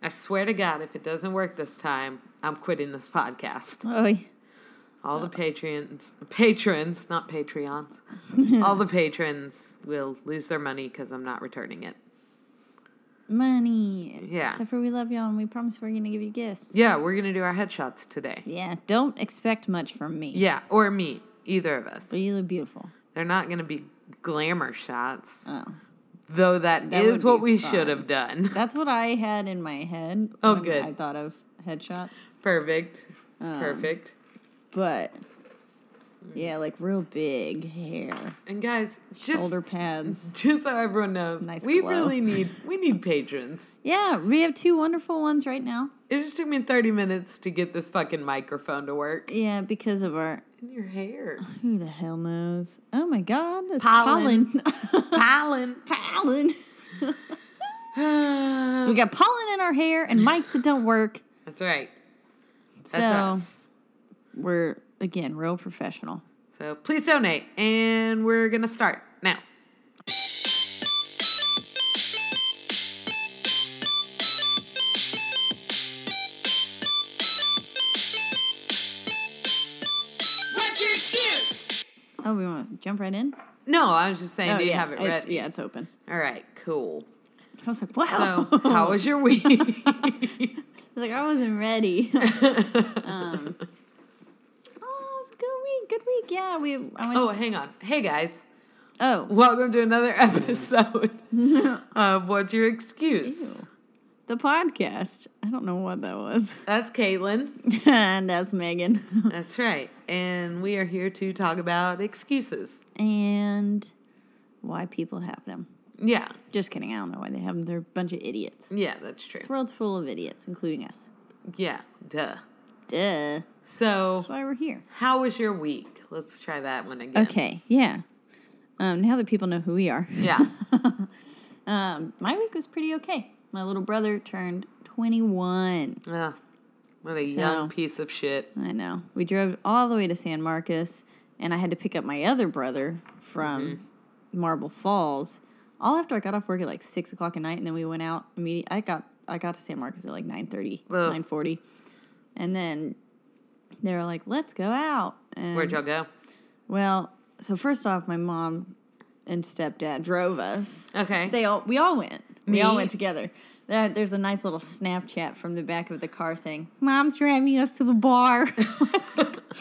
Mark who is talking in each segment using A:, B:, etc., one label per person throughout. A: I swear to God, if it doesn't work this time, I'm quitting this podcast.
B: Oy.
A: All the patrons, patrons, not Patreons, all the patrons will lose their money because I'm not returning it.
B: Money.
A: Yeah.
B: Except for we love y'all and we promise we're going to give you gifts.
A: Yeah, we're going to do our headshots today.
B: Yeah. Don't expect much from me.
A: Yeah, or me, either of us.
B: But you look beautiful.
A: They're not going to be glamour shots,
B: Oh.
A: though that
B: That
A: is
B: would
A: what
B: be
A: we should
B: fun.
A: have done.
B: That's what I had in my head.
A: Oh,
B: when
A: good.
B: I thought of headshots.
A: Perfect.
B: Oh.
A: Perfect.
B: But yeah, like real big hair,
A: And guys, just Mm-hmm.
B: shoulder pads.
A: just so everyone knows,
B: Nice
A: we
B: glow.
A: really need we need patrons.
B: Yeah, we have two wonderful ones right now.
A: It just took me 30 minutes to get this fucking microphone to work.
B: Yeah, because of our
A: In your hair.
B: who the hell knows? Oh my god, it's
A: Pollen.
B: pollen.
A: Pollen.
B: pollen. we got pollen in our hair and mics that don't work.
A: That's right. That's
B: So
A: us.
B: we're again real professional.
A: So please donate. And we're going to start now.
C: What's your excuse?
B: Oh, we want to jump right in.
A: No, I was just saying,
B: oh,
A: do you
B: yeah,
A: have it
B: it's-
A: ready?
B: Yeah, it's open.
A: All right, cool.
B: I was like, wow.
A: So, how was your week?
B: I was like, I wasn't ready. um, oh, it was a good week. Good week. Yeah, we. I went.
A: oh,
B: to,
A: hang on. Hey, guys.
B: oh,
A: Welcome to another episode of What's Your Excuse?
B: the podcast. I don't know what that was.
A: That's Caitlin.
B: and that's Megan.
A: That's right. And we are here to talk about excuses.
B: and why people have them.
A: Yeah.
B: Just kidding. I don't know why they have them. They're a bunch of idiots.
A: Yeah, that's true.
B: This world's full of idiots, including us.
A: Yeah, duh.
B: Duh.
A: So,
B: That's why we're here.
A: how was your week? Let's try that one again.
B: Okay. Yeah. Um, now that people know who we are.
A: Yeah.
B: Um, my week was pretty okay. My little brother turned 21.
A: Ugh, what a young
B: So-
A: piece of shit.
B: I know. We drove all the way to San Marcos, and I had to pick up my other brother from Marble Falls. All after I got off work at like six o'clock at night, and then we went out immediately. I got I got to San Marcos at like 9.30,
A: Ugh.
B: 9.40. and then they were like, "Let's go out." And
A: Where'd y'all go?
B: well, so first off, my mom and stepdad drove us.
A: Okay.
B: They all we all went. We
A: Me?
B: all went together. There- There's a nice little Snapchat from the back of the car saying, "Mom's driving us to the bar,"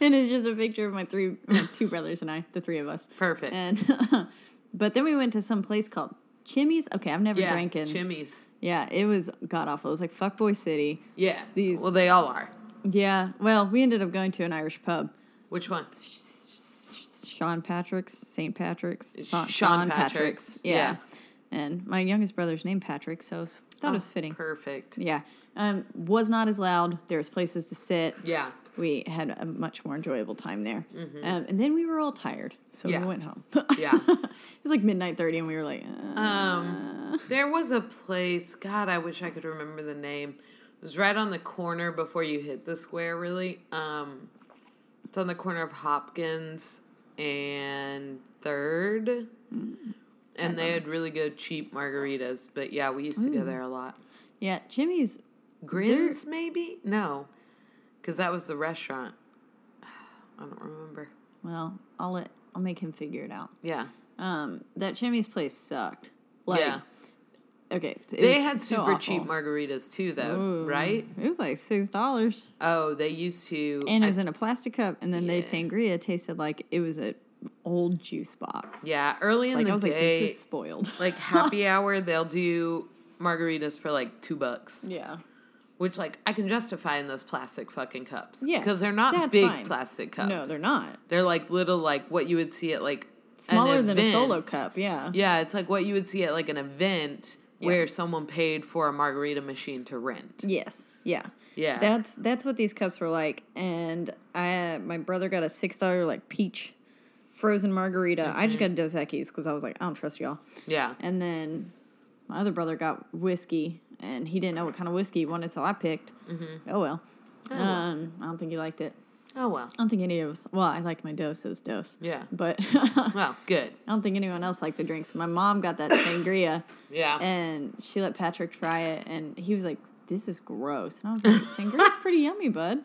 B: and it's just a picture of my three, my two brothers and I, the three of us.
A: Perfect.
B: And but then we went to some place called Chimmy's. Okay, I've never
A: yeah,
B: drank in.
A: Jimmy's.
B: Yeah, it was god awful. It was like Fuckboy City.
A: Yeah.
B: These-
A: Well, they all are.
B: Yeah. Well, we ended up going to an Irish pub.
A: Which one?
B: Sean Patrick's, St. Patrick's,
A: Sean Patrick's,
B: Yeah. And my youngest brother's named Patrick, so s- thought it was fitting.
A: Oh, Perfect.
B: Yeah. Um, was not as loud. There was places to sit.
A: Yeah.
B: We had a much more enjoyable time there. Um, and then we were all tired, so
A: Mm-hmm. Yeah.
B: we went home.
A: Yeah.
B: it was like midnight 30, and we were like, uh,
A: Um, there was a place. God, I wish I could remember the name. It was right on the corner before you hit the square. Really, um, it's on the corner of Hopkins and Third,
B: Mm.
A: and
B: Uh-huh.
A: they had really good cheap margaritas. But yeah, we used to
B: Mm.
A: go there a lot.
B: yeah, Jimmy's.
A: Grins, maybe no, because that was the restaurant. I don't remember.
B: Well, I'll let I'll make him figure it out.
A: Yeah,
B: Um, that Jimmy's place sucked. Like,
A: yeah,
B: Okay, it
A: They
B: was
A: had
B: so
A: super cheap
B: awful.
A: margaritas too, though, right?
B: It was like six dollars,
A: Oh, they used to.
B: and
A: I-
B: it was in a plastic cup. And then they sangria tasted like it was a old juice box.
A: yeah, early in
B: like
A: the
B: I was like,
A: day,
B: this is spoiled.
A: like happy hour, they'll do margaritas for like two bucks,
B: yeah,
A: which like I can justify in those plastic fucking cups.
B: yeah,
A: because they're not
B: that's
A: big
B: fine.
A: plastic cups.
B: No, they're not.
A: They're like little, like what you would see at like an
B: Smaller than a solo
A: event.
B: cup. Yeah.
A: Yeah, it's like what you would see at like an event where someone paid for a margarita machine to rent.
B: Yes. Yeah.
A: Yeah.
B: That's that's what these cups were like. And I my brother got a six dollar like peach frozen margarita. I just got
A: Mm-hmm.
B: Dos Equis because I was like, I don't trust y'all.
A: Yeah.
B: And then my other brother got whiskey, and he didn't know what kind of whiskey he wanted, so I picked. Oh well. Um, I don't think he liked it.
A: oh well.
B: I don't think any of us. Well, I liked my dose. It was dose.
A: Yeah.
B: But
A: Well, good.
B: I don't think anyone else liked the drinks. My mom got that sangria.
A: Yeah.
B: And she let Patrick try it, and he was like, "This is gross." And I was like, "Sangria's pretty yummy, bud."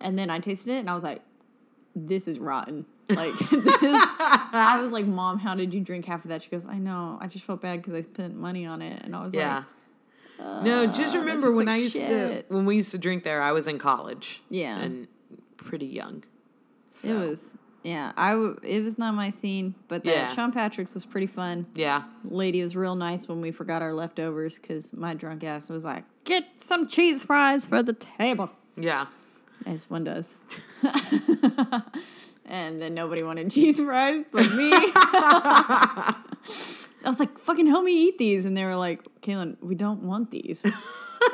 B: And then I tasted it, and I was like, "This is rotten." Like, this, I was like, "Mom, how did you drink half of that?" She goes, "I know. I just felt bad because I spent money on it." And I was
A: Yeah.
B: like,
A: no, just remember
B: just
A: when
B: like
A: I used
B: shit.
A: to when we used to drink there, I was in college.
B: Yeah.
A: And pretty young.
B: "It
A: So,
B: was, yeah. I w- it was not my scene, but that
A: Yeah.
B: Sean Patrick's was pretty fun."
A: Yeah.
B: lady was real nice when we forgot our leftovers because my drunk ass was like, "Get some cheese fries for the table,"
A: Yeah.
B: as one does. and then nobody wanted cheese fries but me. I was like, "Fucking help me eat these," and they were like, "Kaylin, we don't want these.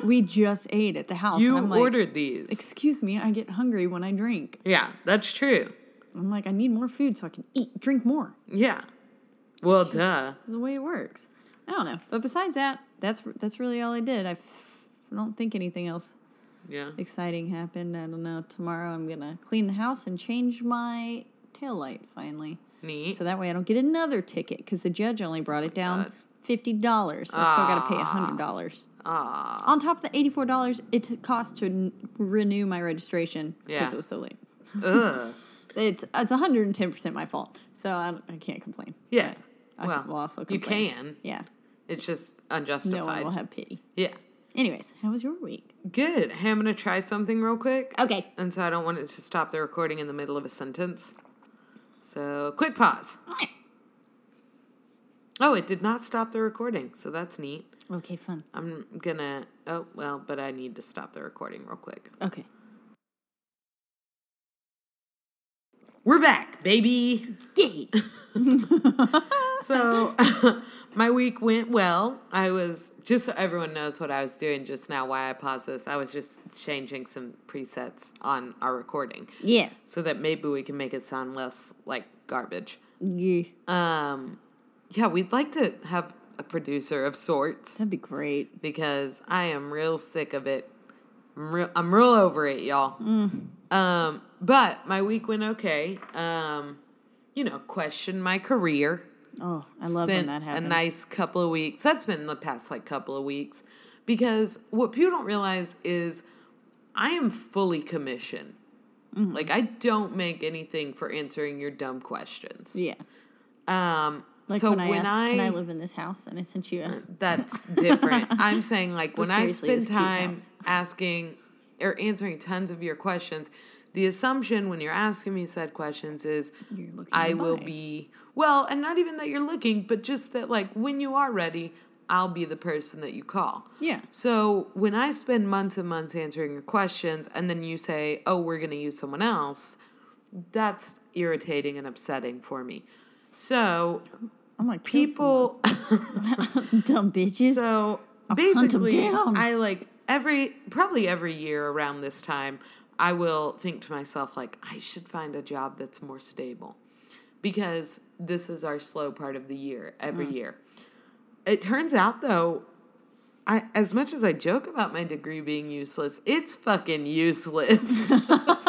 B: we just ate at the house."
A: You
B: and I'm like,
A: ordered these.
B: Excuse me, I get hungry when I drink.
A: yeah, that's true.
B: I'm like, I need more food so I can eat, drink more.
A: Yeah. Well, duh.
B: This is the way it works. I don't know. But besides that, that's that's really all I did. I f- don't think anything else
A: Yeah.
B: exciting happened. I don't know. Tomorrow I'm gonna clean the house and change my tail light finally,
A: Neat.
B: so that way I don't get another ticket because the judge only brought it down fifty dollars. I still gotta pay hundred dollars. On top of the eighty-four dollars it t- cost to n- renew my registration because
A: Yeah.
B: it was so late.
A: Ugh.
B: It's it's one hundred and ten percent my fault, so I, don't- I can't complain.
A: Yeah.
B: I
A: well,
B: will also
A: you
B: complain.
A: can.
B: Yeah,
A: It's just
B: no one
A: unjustified.
B: will have pity.
A: yeah.
B: Anyways, how was your week?
A: Good. Hey, I'm going to try something real quick.
B: Okay.
A: And so I don't want it to stop the recording in the middle of a sentence. So, quick pause. Oh, it did not stop the recording. So that's neat.
B: Okay, fun.
A: I'm going to, oh, well, but I need to stop the recording real quick.
B: Okay.
A: We're back, baby.
B: Yay.
A: So, my week went well. I was, just so everyone knows what I was doing just now, why I paused this, I was just changing some presets on our recording
B: Yeah.
A: so that maybe we can make it sound less like garbage.
B: Yeah.
A: Um, yeah, we'd like to have a producer of sorts
B: That'd be great.
A: because I am real sick of it. I'm real, I'm real over it, y'all.
B: Mm.
A: Um, but my week went okay. Um, you know, questioned my career.
B: Oh, I love when
A: Spent
B: that
A: a
B: happens.
A: nice couple of weeks. That's been the past like couple of weeks because what people don't realize is I am fully commissioned.
B: Mm-hmm.
A: Like I don't make anything for answering your dumb questions.
B: Yeah.
A: Um.
B: Like
A: so Uh,
B: when I asked, "Can I live in this house?" and I sent you a
A: that's different. I'm saying like when I
B: seriously, it was
A: spend
B: a cute
A: time
B: house.
A: asking or answering tons of your questions, the assumption when you're asking me said questions is
B: You're looking
A: I
B: to
A: will
B: buy.
A: be well, and not even that you're looking, but just that like when you are ready, I'll be the person that you call.
B: Yeah.
A: So when I spend months and months answering your questions and then you say, "Oh, we're going to use someone else," that's irritating and upsetting for me. So
B: I'm like
A: people
B: dumb bitches.
A: so
B: hunt 'em
A: basically,
B: down.
A: I like every probably every year around this time, I will think to myself like I should find a job that's more stable, because this is our slow part of the year every
B: Mm.
A: year. It turns out though, I as much as I joke about my degree being useless, it's fucking useless.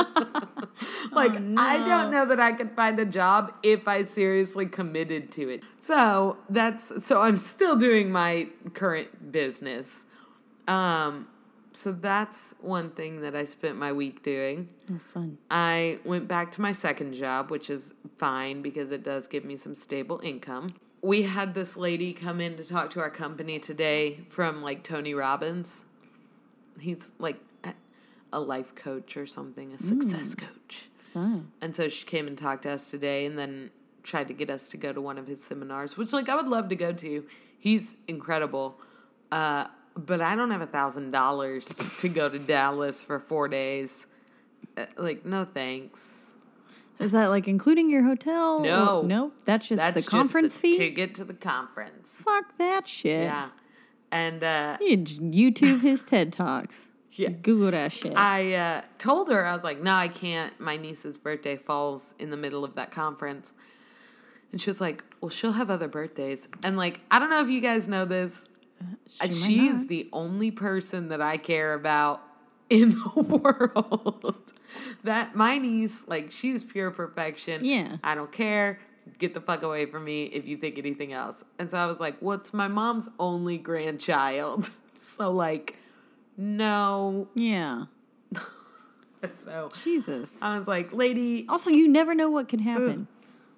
A: like I don't know that I could find a job if I seriously committed to it. So that's so I'm still doing my current business. Um so that's one thing that I spent my week doing.
B: Oh, fun.
A: I went back to my second job, which is fine because it does give me some stable income. we had this lady come in to talk to our company today from like Tony Robbins. He's like a- a life coach or something, a success coach. And so she came and talked to us today and then tried to get us to go to one of his seminars, which like I would love to go to. He's incredible. Uh, but I don't have a thousand dollars to go to Dallas for four days. Uh, Like, no thanks.
B: Is that like including your hotel?
A: No.
B: Oh, nope. That's just
A: That's
B: the conference
A: just the
B: fee.
A: ticket to the conference.
B: Fuck that shit.
A: Yeah. And uh,
B: You j- YouTube his TED talks.
A: Yeah.
B: Google that shit.
A: I uh, told her, I was like, no, I can't. My niece's birthday falls in the middle of that conference. And she was like, well, she'll have other birthdays. And like, I don't know if you guys know this. uh,
B: might
A: She's the only person that I care about in the world. that my niece, like, she's pure perfection.
B: Yeah.
A: I don't care. Get the fuck away from me if you think anything else. And so I was like, what's my mom's only grandchild? so, like, no.
B: yeah.
A: So
B: Jesus.
A: I was like, lady,
B: Also, you never know what can happen.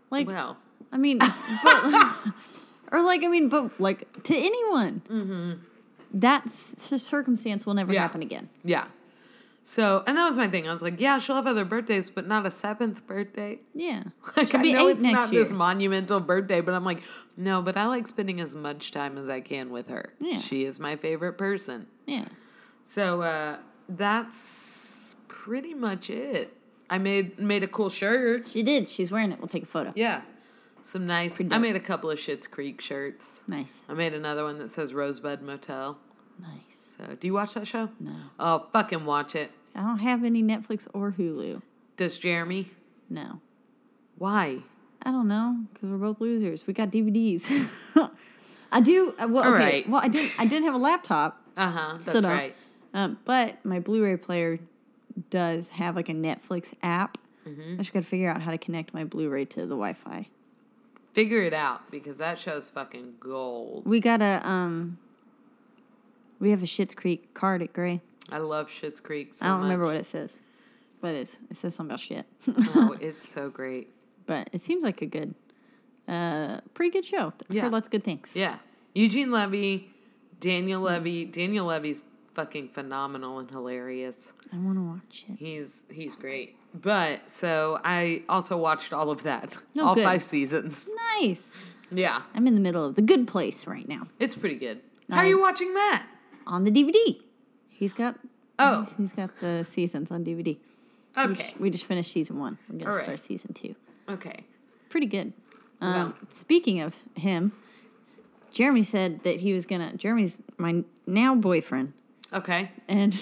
B: Like,
A: well,
B: I mean, but, or like, I mean, but like to anyone, mm-hmm. that s- circumstance will never
A: Yeah.
B: happen again.
A: yeah. So, and that was my thing. I was like, yeah, she'll have other birthdays, but not a seventh birthday.
B: Yeah.
A: Like,
B: She'll
A: I
B: be
A: know
B: eight
A: it's
B: next
A: not
B: year.
A: this monumental birthday, but I'm like, no, but I like spending as much time as I can with her.
B: Yeah.
A: She is my favorite person.
B: yeah.
A: So uh, that's pretty much it. I made made a cool shirt.
B: She did. She's wearing it. We'll take a photo.
A: Yeah. Some nice. I
B: dope.
A: made a couple of Shits Creek shirts.
B: Nice.
A: I made another one that says Rosebud Motel.
B: Nice.
A: So, do you watch that show?
B: No.
A: Oh, fucking watch it.
B: I don't have any Netflix or Hulu.
A: Does Jeremy?
B: No.
A: Why?
B: I don't know because we're both losers. We got DVDs. I do. uh, Well,
A: All
B: okay.
A: right.
B: Well, I did. I did have a laptop.
A: Uh huh. That's
B: no.
A: right.
B: Um, but my Blu-ray player does have like a Netflix app.
A: Mm-hmm.
B: I just got to figure out how to connect my Blu-ray to the Wi-Fi.
A: Figure it out because that show's fucking gold.
B: We got a um. We have a Schitt's Creek card at Gray.
A: I love Schitt's Creek. So
B: I don't remember
A: much.
B: what it says, but it's, it says something about shit.
A: oh, it's so great.
B: but it seems like a good, uh, pretty good show.
A: Yeah.
B: For lots of good things.
A: Yeah. Eugene Levy, Daniel Levy. Daniel Levy's fucking phenomenal and hilarious.
B: I want to watch it.
A: He's he's great. But so I also watched all of that,
B: No,
A: all
B: Oh, good.
A: five seasons.
B: Nice.
A: Yeah,
B: I'm in the middle of the good place right now
A: it's pretty good. How are you watching that?
B: on the DVD. He's got
A: Oh.
B: he's- he's got the seasons on DVD. We
A: Okay,
B: just, we just finished season one. We're gonna
A: All right.
B: start season two.
A: okay.
B: Pretty good. Um,
A: Well.
B: Speaking of him, Jeremy said that he was gonna. Jeremy's my now boyfriend,
A: Okay.
B: and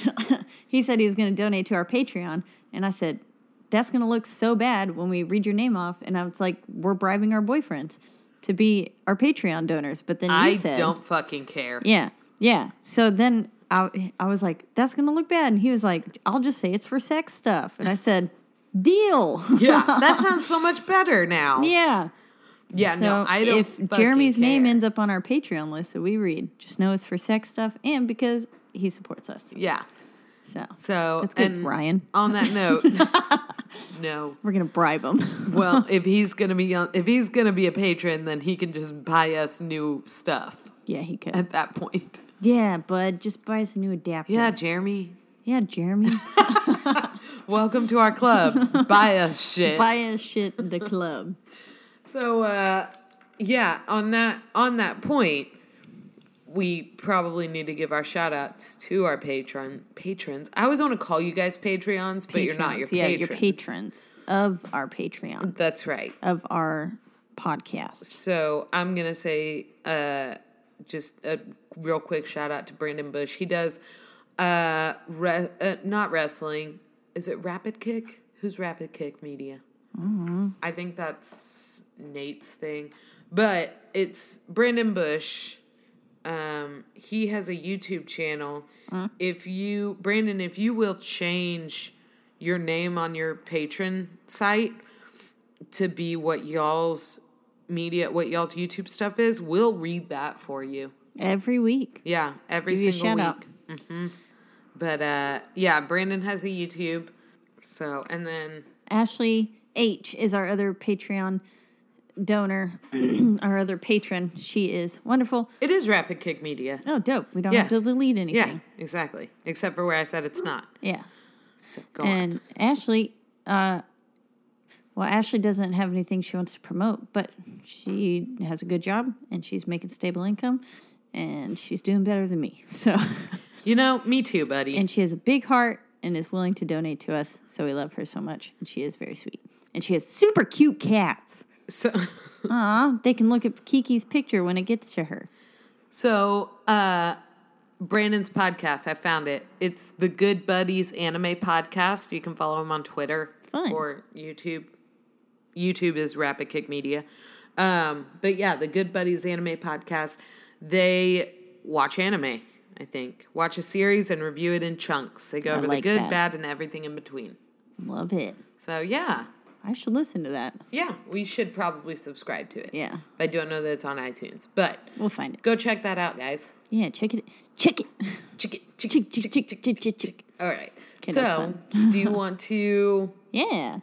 B: he said he was gonna donate to our Patreon. And I said, "That's gonna look so bad when we read your name off." And I was like, "We're bribing our boyfriends to be our Patreon donors." But then you
A: I
B: said,
A: don't fucking care.
B: Yeah, yeah. So then I, I was like, that's gonna look bad, and he was like, I'll just say it's for sex stuff, and I said, deal.
A: Yeah, that sounds so much better now.
B: yeah.
A: Yeah,
B: So
A: no, I don't.
B: if
A: fucking
B: Jeremy's name
A: care.
B: ends up on our Patreon list that we read, just know it's for sex stuff, and because he supports us.
A: yeah.
B: So
A: So
B: that's good,
A: and
B: Ryan.
A: On that note, no.
B: We're gonna bribe him.
A: Well, if he's gonna be on, if he's gonna be a patron, then he can just buy us new stuff
B: yeah, he could.
A: at that point.
B: yeah, bud, just buy us a new adapter.
A: Yeah, Jeremy,
B: yeah, Jeremy,
A: welcome to our club. buy us shit.
B: buy us shit in the club.
A: So uh, yeah, on that on that point, we probably need to give our shout outs to our patron patrons. I always want to call you guys Patreons, but you're not your
B: Patrons. yeah,
A: patrons.
B: your patrons of our Patreon
A: That's right.
B: of our podcast.
A: So I'm gonna say uh, just a real quick shout out to Brandon Bush. He does uh, re- uh not wrestling. Is it Rapid Kick? Who's Rapid Kick Media? I think that's Nate's thing, but it's Brandon Bush. Um, he has a YouTube channel. If you, Brandon, if you will change your name on your patron site to be what y'all's media, what y'all's YouTube stuff is, we'll read that for you.
B: Every week.
A: Yeah, every
B: Give you a
A: single
B: shout out.
A: week. hmm But uh, yeah, Brandon has a YouTube. So and then
B: Ashley H is our other Patreon donor, our other patron, she is wonderful.
A: It is Rapid Kick Media.
B: Oh, dope. We don't
A: Yeah.
B: have to delete
A: Yeah,
B: anything.
A: exactly. Except for where I said it's not.
B: Yeah.
A: So go on.
B: And Ashley, uh, well, Ashley doesn't have anything she wants to promote, but she has a good job and she's making stable income and she's doing better than me. So,
A: You know, me too, buddy.
B: and she has a big heart and is willing to donate to us. So we love her so much. And she is very sweet. And she has super cute cats.
A: so,
B: Aw, they can look at Kiki's picture when it gets to her.
A: so uh, Brandon's podcast, I found it. It's the Good Buddies Anime Podcast. You can follow him on Twitter
B: Fun.
A: or YouTube. YouTube is Rapid Kick Media. Um, but yeah, the Good Buddies Anime Podcast. They watch anime. I think watch a series and review it in chunks. They go
B: I
A: over
B: like
A: the good,
B: that.
A: bad, and everything in between.
B: Love it.
A: So yeah,
B: I should listen to that.
A: Yeah, we should probably subscribe to it.
B: Yeah.
A: But I don't know that it's on iTunes. But
B: We'll find it.
A: go check that out, guys.
B: Yeah, check it. Check it.
A: Check it. Check
B: Check, check, check, check, check, check, check.
A: it. All right.
B: Okay, that
A: so,
B: was
A: do you want to?
B: Yeah.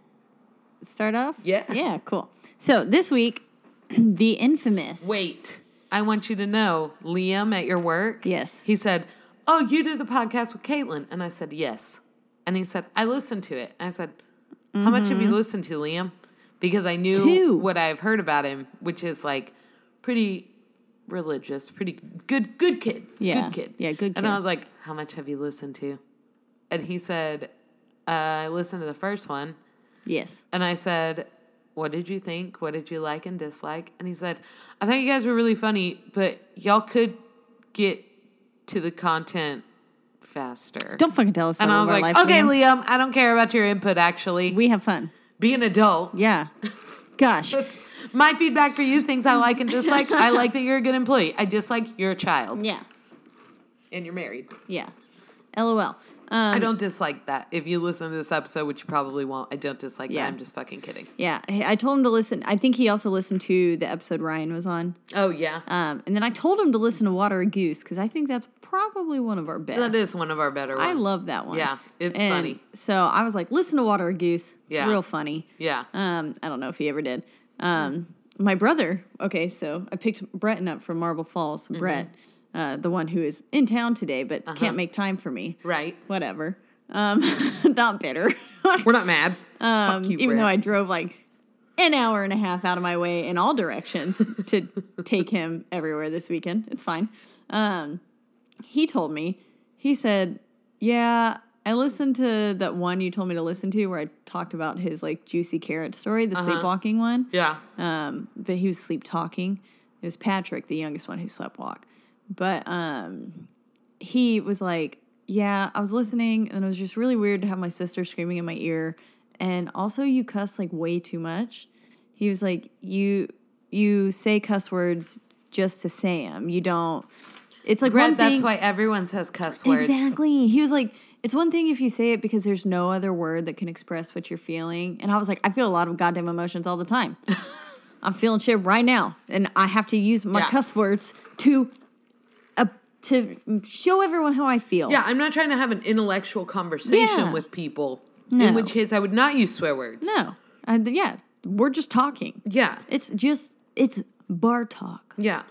B: Start off?
A: Yeah.
B: Yeah, cool. So this week, the infamous.
A: Wait. I want you to know, Liam at your work.
B: Yes.
A: He said, "Oh, you do the podcast with Caitlin," and I said, "Yes." And he said, "I listened to it." And I said, "How much have you listened to, Liam?" Because I knew
B: Mm-hmm. Two.
A: what I've heard about him, which is like pretty religious, pretty good, good kid,
B: Yeah.
A: good kid,
B: Yeah, good
A: And I
B: kid.
A: was like, "How much have you listened to?" And he said, uh, "I listened to the first one."
B: Yes.
A: And I said, What did you think? What did you like and dislike? And he said, I thought you guys were really funny, but y'all could get to the content faster.
B: Don't fucking tell us.
A: and
B: how
A: I
B: to
A: was
B: live
A: like,
B: our life,
A: Okay,
B: Liam.
A: Liam, I don't care about your input actually.
B: We have fun.
A: Be an adult.
B: Yeah. Gosh.
A: My feedback for you things I like and dislike. I like that you're a good employee. I dislike you're a child
B: yeah.
A: and you're married.
B: Yeah. LOL. Um,
A: I don't dislike that. If you listen to this episode, which you probably won't, I don't dislike
B: Yeah.
A: that. I'm just fucking kidding.
B: yeah. Hey, I told him to listen. I think he also listened to the episode Ryan was on.
A: Oh, yeah.
B: Um, and then I told him to listen to Water a Goose because I think that's probably one of our best.
A: that is one of our better ones.
B: I love that one.
A: Yeah, it's
B: And
A: funny.
B: So I was like, listen to Water a Goose. It's
A: Yeah.
B: real funny.
A: Yeah.
B: Um, I don't know if he ever did. Um, my brother. Okay, so I picked Breton up from Marble Falls.
A: Mm-hmm.
B: Brett, uh, the one who is in town today but can't make time for me.
A: Uh-huh. Right.
B: Whatever. Um, not bitter.
A: We're not mad.
B: Um, even though I drove like an hour and a half out of my way in all directions to take him everywhere this weekend. It's fine. Um, he told me, he said, Yeah, I listened to that one you told me to listen to where I talked about his like juicy carrot story, the sleepwalking one.
A: Yeah.
B: Um, but he was sleep talking. It was Patrick, the youngest one who slept walk. But um, he was like, Yeah, I was listening and it was just really weird to have my sister screaming in my ear. And also, you cuss like way too much. He was like, You you say cuss words just to say 'em. You don't. It's like one
A: Brett, that's
B: thing.
A: why everyone says cuss words.
B: Exactly. He was like, it's one thing if you say it because there's no other word that can express what you're feeling. And I was like, I feel a lot of goddamn emotions all the time. I'm feeling shit right now, and I have to use my
A: Yeah.
B: cuss words to uh, to show everyone how I feel.
A: Yeah, I'm not trying to have an intellectual conversation
B: Yeah.
A: with people.
B: No.
A: In which case, I would not use swear words.
B: No. Uh, yeah. We're just talking.
A: Yeah.
B: It's just it's bar talk.
A: Yeah.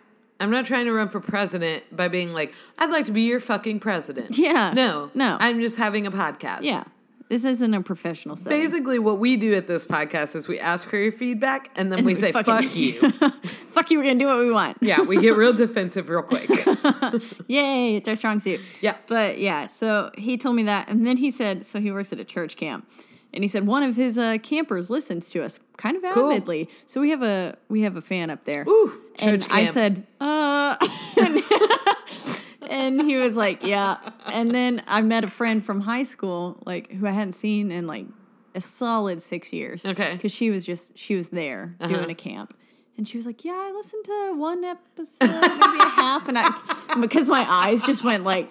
A: I'm not trying to run for president by being like, I'd like to be your fucking president.
B: Yeah.
A: No.
B: No.
A: I'm just having a podcast.
B: Yeah. This isn't a professional setting.
A: Basically, what we do at this podcast is we ask for your feedback and then we, say,
B: fucking-
A: fuck you.
B: Fuck you. We're gonna do what we want.
A: yeah, we get real defensive real quick.
B: Yay, it's our strong suit.
A: Yeah.
B: But yeah, so he told me that. And then he said, so he works at a church camp. And he said one of his uh, campers listens to us kind of
A: Cool.
B: avidly. So we have a we have a fan up there.
A: Ooh,
B: and
A: church
B: I
A: camp.
B: said, uh and, and he was like, Yeah. And then I met a friend from high school, like who I hadn't seen in like a solid six years.
A: Okay. Uh-huh.
B: Because she was just she was there doing a camp. And she was like, "Yeah, I listened to one episode, maybe a half," and I because my eyes just went like,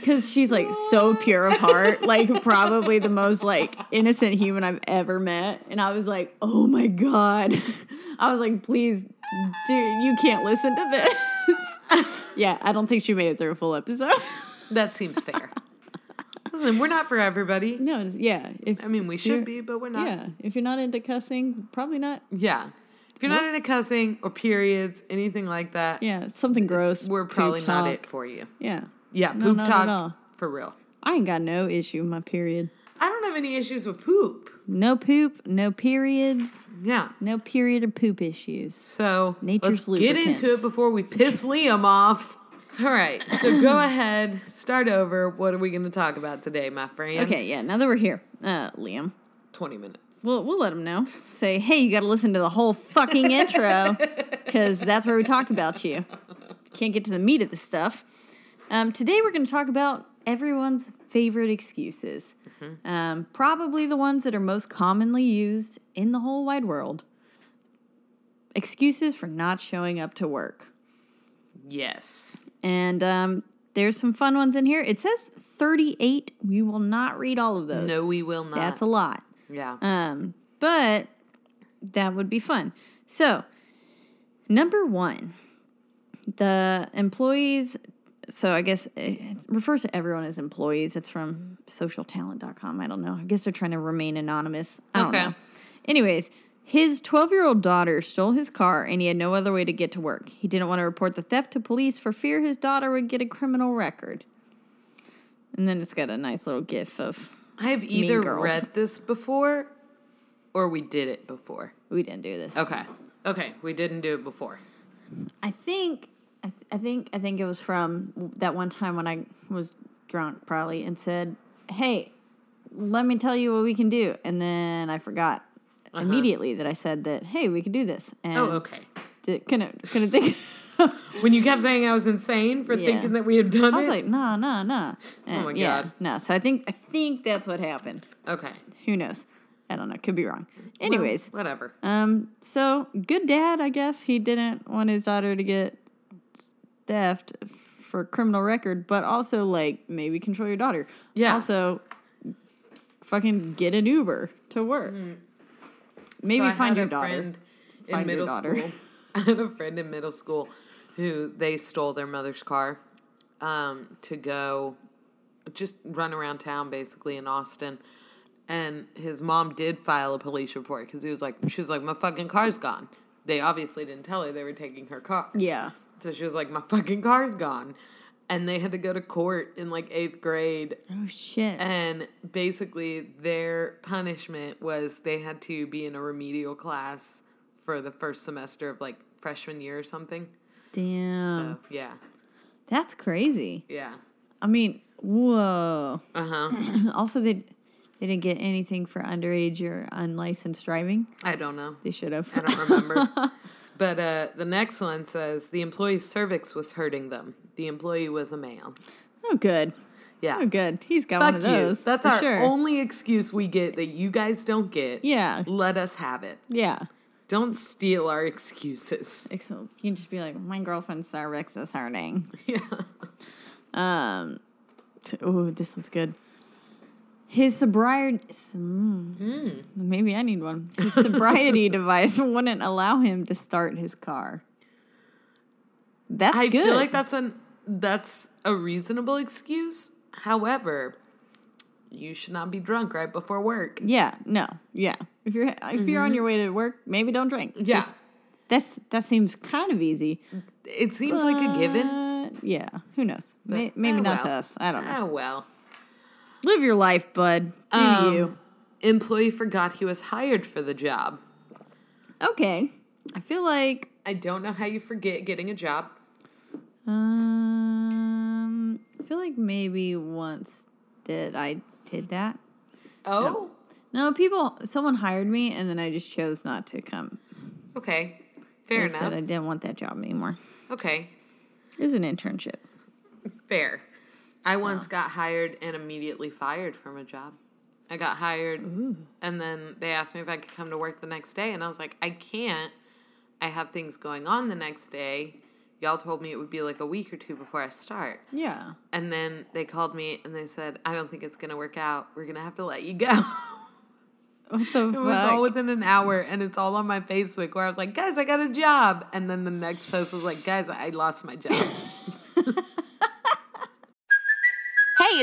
B: because she's like so pure of heart, like probably the most like innocent human I've ever met, and I was like, "Oh my god," I was like, "Please, dude, you can't listen to this." yeah, I don't think she made it through a full episode.
A: that seems fair. Listen, we're not for everybody.
B: no, it's, yeah, if
A: I mean, we
B: you're-
A: should be, but we're not.
B: Yeah, if you're not into cussing, probably not.
A: Yeah. If you're not into cussing or periods, anything like that,
B: Yeah, something gross.
A: we're
B: poop
A: probably not
B: talk.
A: it for you.
B: Yeah.
A: Yeah,
B: No,
A: poop
B: not at all.
A: talk for real.
B: I ain't got no issue with my period.
A: I don't have any issues with poop.
B: No poop, no periods,
A: Yeah.
B: no period or poop issues.
A: So
B: Nature's
A: let's get into
B: lubricants.
A: it before we piss Liam off. All right. So go ahead, start over. What are we going to talk about today, my friend?
B: Okay, yeah, now that we're here, uh, Liam,
A: 20 minutes.
B: we'll, we'll let him know. Say, hey, you got to listen to the whole fucking intro because that's where we talk about you. Can't get to the meat of the stuff. Um, today, we're going to talk about everyone's favorite excuses.
A: Mm-hmm.
B: Um, probably the ones that are most commonly used in the whole wide world excuses for not showing up to work.
A: Yes.
B: And um, there's some fun ones in here. It says 38. We will not read all of those.
A: No, we will not.
B: That's a lot.
A: yeah.
B: Um, but that would be fun. So, number one, the employees. So, I guess it refers to everyone as employees. It's from socialtalent.com. I don't know. I guess they're trying to remain anonymous. I don't
A: Okay.
B: know. Anyways, his 12 year old daughter stole his car and he had no other way to get to work. He didn't want to report the theft to police for fear his daughter would get a criminal record. And then it's got a nice little gif of
A: I've either
B: Girls.
A: read this before or we did it before.
B: we didn't do this.
A: Okay. Okay. We didn't do it before.
B: I think, I, th- I think, I think it was from that one time when I was drunk, probably, and said, "Hey, let me tell you what we can do," and then I forgot immediately that I said that, "Hey, we could do this," and
A: Uh-huh. Oh, okay.
B: di- couldn't couldn't think.
A: When you kept saying I was insane for
B: Yeah.
A: thinking that we had done
B: I was
A: it.
B: like, "Nah, nah, nah." And
A: Oh my
B: yeah,
A: God.
B: no. So I think I think that's what happened.
A: okay.
B: Who knows? I don't know. Could be wrong. Anyways,
A: Whatever.
B: Um, so good dad, I guess he didn't want his daughter to get theft f- for criminal record, but also like maybe control your daughter.
A: Yeah.
B: Also, fucking get an Uber to work. Maybe
A: Mm-hmm. So I had
B: find your
A: a
B: daughter.
A: friend in
B: Find your
A: middle
B: daughter.
A: school. I had a friend in middle school who they stole their mother's car um, to go just run around town basically in Austin. And his mom did file a police report because he was like, she was like, my fucking car's gone. They obviously didn't tell her they were taking her car.
B: Yeah.
A: So she was like, my fucking car's gone. And they had to go to court in like eighth grade
B: Oh shit.
A: and basically, their punishment was they had to be in a remedial class for the first semester of like freshman year or something. So,
B: Damn.
A: yeah,
B: That's crazy.
A: yeah.
B: I mean, whoa.
A: Uh huh.
B: also, they they didn't get anything for underage or unlicensed driving.
A: I don't know.
B: They should have.
A: I don't remember. but uh, the next one says the employee's cervix was hurting them. The employee was a male.
B: oh, good.
A: Yeah.
B: Oh, good. He's got one
A: Fuck
B: of
A: you.
B: those.
A: That's
B: for
A: our
B: sure.
A: only excuse we get that you guys don't get.
B: Yeah.
A: Let us have it.
B: Yeah.
A: Don't steal our excuses.
B: Except you can just be like, my girlfriend's cervix is hurting.
A: Yeah.
B: T- Ooh, this one's good. His sobriety. mm,
A: Hmm.
B: Maybe I need one. His sobriety device wouldn't allow him to start his car. That's
A: I
B: good.
A: feel like that's an that's a reasonable excuse. However, you should not be drunk right before work.
B: Yeah. No. Yeah. If you're if you're on your way to work, maybe don't drink.
A: Mm-hmm. Yeah.
B: Just- that's that seems kind of easy.
A: It seems like a given.
B: But, yeah. Who knows? Uh, May, maybe
A: oh
B: not to
A: well.
B: us. I don't know.
A: Oh well.
B: Live your life, bud. Do
A: Um,
B: you?
A: Employee forgot he was hired for the job.
B: Okay. I feel like
A: I don't know how you forget getting a job.
B: um I feel like maybe once did I did that.
A: Oh,
B: No, people someone hired me and then I just chose not to come.
A: Oh, okay. Fair
B: I said I
A: enough.
B: didn't want that job anymore.
A: Okay.
B: It was an internship.
A: Fair. I once got hired and immediately fired from a job. I got hired and then they asked me if I could come to work the next day and I was like, I can't. I have things going on the next day. Y'all told me it would be like a week or two before I start.
B: Yeah.
A: And then they called me and they said, I don't think it's going to work out. We're going to have to let you go. it
B: What the fuck?
A: was all within an hour and it's all on my Facebook where I was like, guys, I got a job. And then the next post was like, guys, I lost my job.
D: Hey,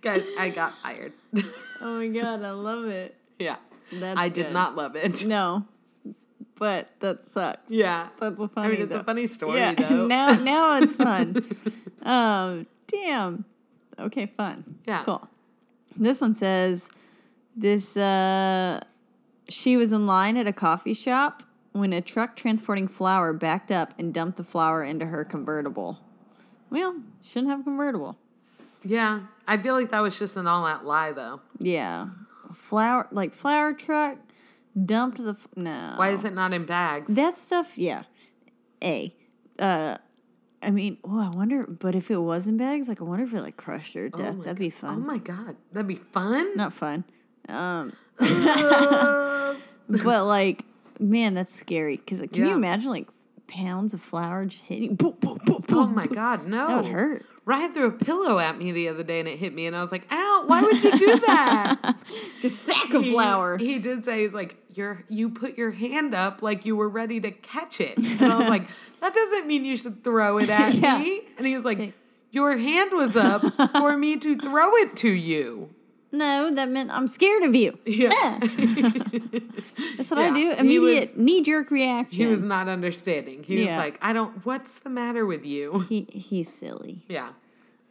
A: Guys, I got fired.
B: Oh my god, I love it.
A: yeah.
B: That's
A: I did
B: good.
A: not love it.
B: No, but that sucks.
A: Yeah.
B: That's a funny.
A: I mean, it's
B: though.
A: a funny story,
B: Yeah,
A: though.
B: now now it's fun. um, damn. Okay, fun.
A: Yeah.
B: cool. This one says this. Uh, she was in line at a coffee shop when a truck transporting flour backed up and dumped the flour into her convertible. Well, shouldn't have a convertible.
A: Yeah. I feel like that was just an all out lie, though.
B: Yeah, flour like flour truck dumped the f- no.
A: Why is it not in bags?
B: That stuff, yeah. A. Uh I mean, oh, I wonder, but if it was in bags, like I wonder if it like crushed her to death. That'd be
A: oh
B: fun.
A: my God. That'd be fun.
B: Not fun. Um But like, man, that's scary. Cause like, can
A: Yeah.
B: you imagine like pounds of flour just hitting boop, boop, boop, boop.
A: Oh my God. No.
B: That would hurt.
A: Ryan threw a pillow at me the other day and it hit me, and I was like, ow, why would you do that?
B: Just sack of
A: He-
B: flour.
A: He, did say, he's like, You're, you put your hand up like you were ready to catch it. And I was like, that doesn't mean you should throw it at
B: Yeah.
A: me. And he was like, your hand was up for me to throw it to you.
B: No, that meant I'm scared of you.
A: Yeah.
B: That's what I
A: Yeah.
B: do.
A: He was-
B: Immediate knee jerk reaction.
A: He was not understanding. He was
B: Yeah.
A: like, I don't, what's the matter with you?
B: he, he's silly.
A: Yeah.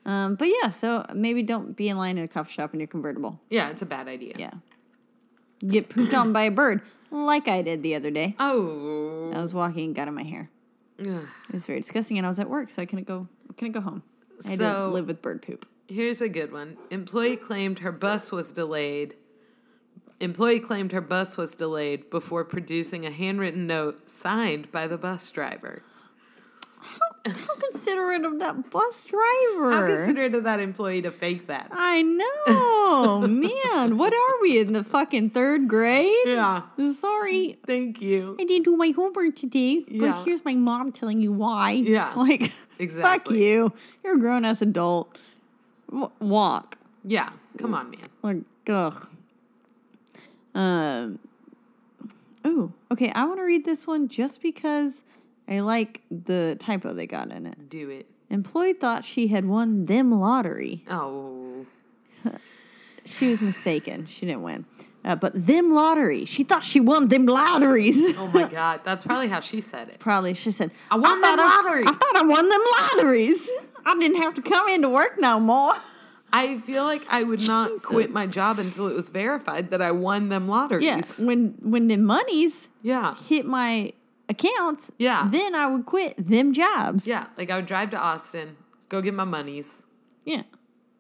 B: Um, but yeah, so maybe don't be in line at a coffee shop in your convertible.
A: Yeah, it's a bad idea.
B: Yeah. Get pooped on by a bird, like I did the other day.
A: Oh.
B: I was walking and got in my hair. It was very disgusting, and I was at work, so I couldn't go. I couldn't go home. I had to
A: So-
B: live with bird poop.
A: Here's a good one. Employee claimed her bus was delayed. Employee claimed her bus was delayed before producing a handwritten note signed by the bus driver.
B: How considerate of that bus driver!
A: How considerate of that employee to fake that?
B: I know, man. What are we in the fucking third grade?
A: Yeah.
B: Sorry,
A: Thank you.
B: I didn't do my homework today,
A: Yeah.
B: but here's my mom telling you why.
A: Yeah,
B: Like, fuck
A: exactly.
B: you. You're a grown ass adult. W- walk.
A: Yeah, come on, man.
B: Like, ugh. Um. Ooh. Okay. I want to read this one just because I like the typo they got in it.
A: Do it.
B: Employee thought she had won them lottery.
A: Oh.
B: She was mistaken. She didn't win. Uh, but them lottery. She thought she won them lotteries.
A: Oh my God. That's probably how she said it.
B: Probably. She said,
A: I won them
B: thought
A: lottery."
B: I thought I won them lotteries. I didn't have to come into work no more.
A: I feel like I would not quit my job until it was verified that I won them lotteries.
B: Yes. When when the monies
A: Yeah.
B: hit my accounts,
A: Yeah.
B: then I would quit them jobs.
A: Yeah. Like I would drive to Austin, go get my monies,
B: Yeah.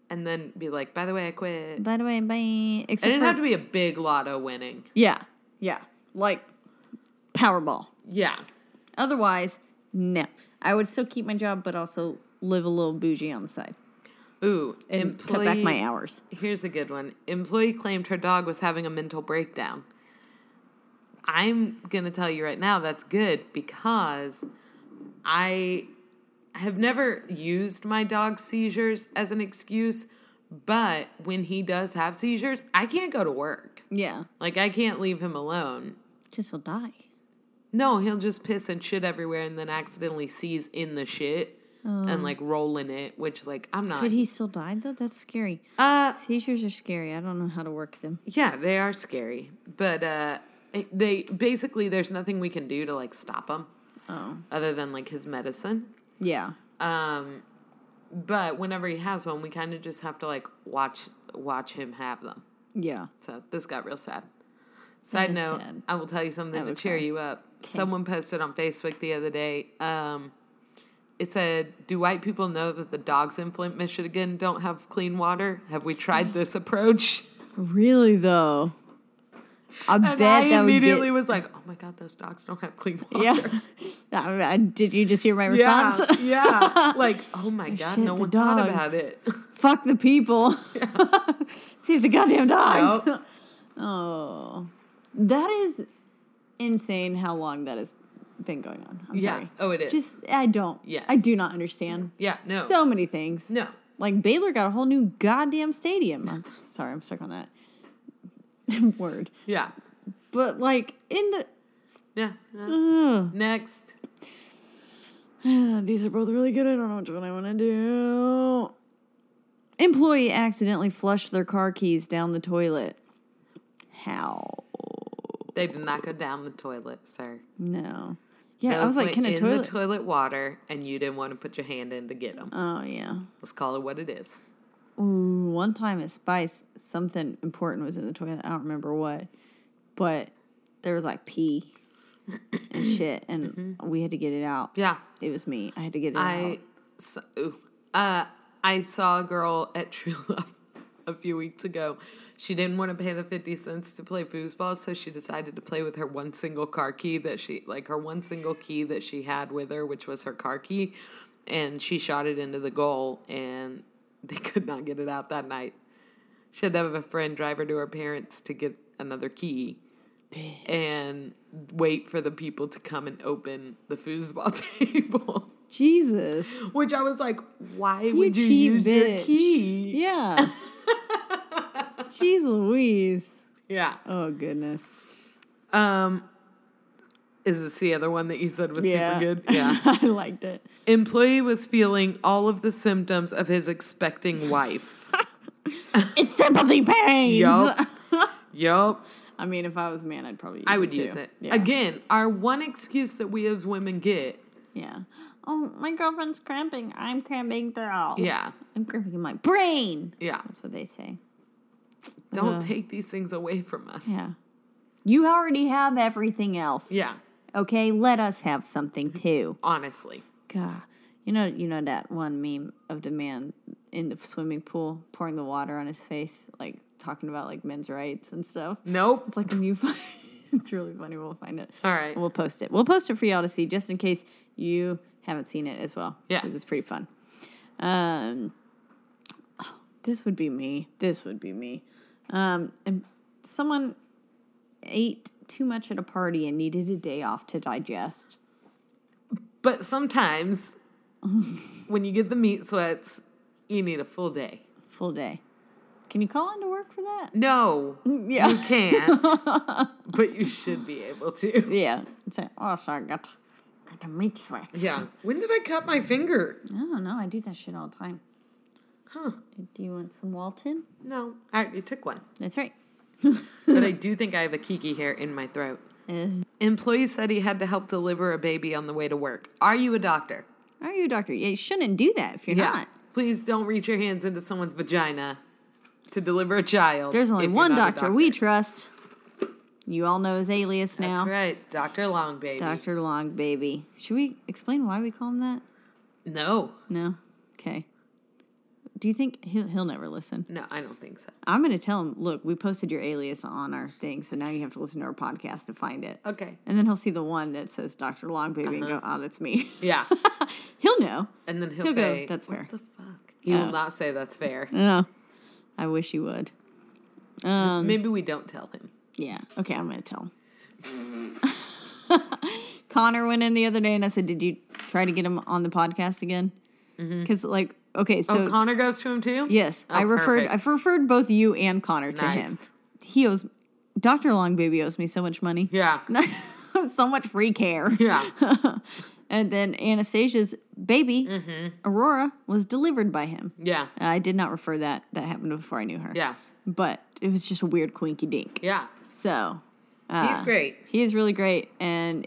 A: and then be like, by the way, I quit.
B: By the way, bye. Except
A: It didn't
B: for,
A: have to be a big lotto winning.
B: Yeah. Yeah. Like Powerball.
A: Yeah.
B: Otherwise, no. I would still keep my job, but also live a little bougie on the side
A: Ooh.
B: and cut back my hours.
A: Here's a good one. Employee claimed her dog was having a mental breakdown. I'm going to tell you right now that's good because I have never used my dog's seizures as an excuse, but when he does have seizures, I can't go to work.
B: Yeah.
A: Like I can't leave him alone.
B: Just will die.
A: No, he'll just piss and shit everywhere and then accidentally sees in the shit and like roll in it, which like I'm not.
B: Oh. Could he still die though? That's scary.
A: uh
B: Seizures are scary. I don't know how to work them.
A: yeah, they are scary. But uh it- they basically there's nothing we can do to like stop him. Oh. Other than like his medicine.
B: Yeah.
A: Um but whenever he has one, we kind of just have to like watch watch him have them.
B: Yeah.
A: So this got real sad. Side
B: is
A: note,
B: sad.
A: I will tell you something to cheer you up. Someone posted on Facebook the other day. Um, it said, "Do white people know that the dogs in Flint, Michigan, don't have clean water? Have we tried this approach?"
B: Really though. I
A: And
B: bet
A: I
B: that would get.
A: immediately was like, "Oh my god, those dogs don't have clean water."
B: yeah. I- I- did you just hear my response?
A: Yeah, yeah. like, oh my god,
B: shit,
A: no
B: the
A: one thought
B: dogs.
A: about it.
B: Fuck the people. Save the goddamn dogs.
A: Nope.
B: Oh, that is insane. How long that has been going on? I'm
A: Yeah.
B: sorry.
A: Oh, it is.
B: Just I don't.
A: Yes.
B: I do not understand.
A: Yeah, no,
B: So many things.
A: no,
B: Like Baylor got a whole new goddamn stadium. I'm sorry, I'm stuck on that word.
A: yeah,
B: But like in the
A: yeah. yeah. Next,
B: uh, These are both really good. I don't know which one I want to do. Employee accidentally flushed their car keys down the toilet. How?
A: they did not go down the toilet, sir.
B: No. Yeah, I
A: Those
B: was like,
A: went
B: can a
A: in
B: toilet?
A: the toilet water, and you didn't want to put your hand in to get them.
B: oh yeah.
A: Let's call it what it is.
B: Ooh, one time at Spice, something important was in the toilet. I don't remember what, but there was like pee and shit, and we had to get it out.
A: Yeah,
B: It was me. I had to get it out.
A: Mm-hmm. I, so, ooh. uh, I saw a girl at True Love a few weeks ago. She didn't want to pay the fifty cents to play foosball, so she decided to play with her one single car key that she like her one single key that she had with her, which was her car key, and she shot it into the goal, and they could not get it out that night. She had to have a friend drive her to her parents to get another key. And wait for the people to come and open the foosball table.
B: Jesus.
A: Which I was like, why
B: You
A: would you
B: cheap
A: use your
B: bitch.
A: key?
B: Yeah. Jeez Louise.
A: Yeah.
B: Oh goodness.
A: Um, is this the other one that you said was
B: Yeah.
A: super good? Yeah.
B: I liked it.
A: Employee was feeling all of the symptoms of his expecting wife.
B: It's sympathy pains.
A: yup. Yup.
B: I mean, if I was a man, I'd probably. Use
A: I would
B: it too.
A: use it.
B: Yeah.
A: Again, our one excuse that we as women get.
B: Yeah. Oh, my girlfriend's cramping. I'm cramping too.
A: Yeah.
B: I'm cramping in my brain.
A: Yeah.
B: That's what they say.
A: Don't take these things away from us.
B: Uh-huh. Yeah. You already have everything else.
A: Yeah.
B: Okay, let us have something too.
A: Honestly.
B: God. You know, you know that one meme of the man in the swimming pool pouring the water on his face, like talking about like men's rights and stuff.
A: Nope.
B: It's like when you find it's really funny. We'll find it.
A: All right.
B: We'll post it. We'll post it for y'all to see just in case you haven't seen it as well.
A: Yeah.
B: 'cause It's pretty fun. Um, oh, this would be me. This would be me. Um, and someone ate too much at a party and needed a day off to digest.
A: But sometimes when you get the meat sweats, you need a full day.
B: Full day. Can you call into work for that?
A: No,
B: Mm, Yeah.
A: you can't. but you should be able to.
B: Yeah. Say, oh, sorry, got got the meat sweats.
A: Yeah. When did I cut my finger?
B: I don't know. I do that shit all the time.
A: Huh.
B: Do you want some Walton?
A: No, I already took one.
B: That's right.
A: But I do think I have a kiki hair in my throat.
B: Eh.
A: Employee said he had to help deliver a baby on the way to work. Are you a doctor?
B: Are you a doctor? Yeah, you shouldn't do that if you're not.
A: Please don't reach your hands into someone's vagina to deliver a child.
B: There's only
A: if you're
B: one
A: not a
B: doctor, we trust. You all know his alias now.
A: That's right, Doctor Long Baby.
B: Dr. Long Baby. Should we explain why we call him that?
A: No,
B: No. Okay. Do you think he'll, he'll never listen?
A: no, I don't think so.
B: I'm going to tell him, look, we posted your alias on our thing, so now you have to listen to our podcast to find it.
A: Okay.
B: And then he'll see the one that says Dr. Long Baby and go, oh, that's me.
A: Yeah,
B: he'll know.
A: and then Uh-huh. he'll,
B: He'll go,
A: say,
B: "That's
A: what
B: fair."
A: The fuck. He will not say that's fair.
B: No. I wish he would.
A: Maybe we don't tell him.
B: Yeah. Okay, I'm gonna tell him. Connor went in the other day, and I said, "Did you try to get him on the podcast again?" Because like, okay, so
A: Mm-hmm. oh, Connor goes to him too.
B: yes,
A: Oh,
B: I referred.
A: perfect.
B: I've referred both you and Connor to him.
A: Nice.
B: He owes Doctor Longbaby owes me so much money.
A: Yeah.
B: so much free care.
A: Yeah.
B: And then Anastasia's baby,
A: Mm-hmm.
B: Aurora, was delivered by him.
A: Yeah.
B: I did not refer that. That happened before I knew her.
A: Yeah.
B: But it was just a weird quinky dink.
A: Yeah.
B: So Uh,
A: He's great.
B: He is really great, and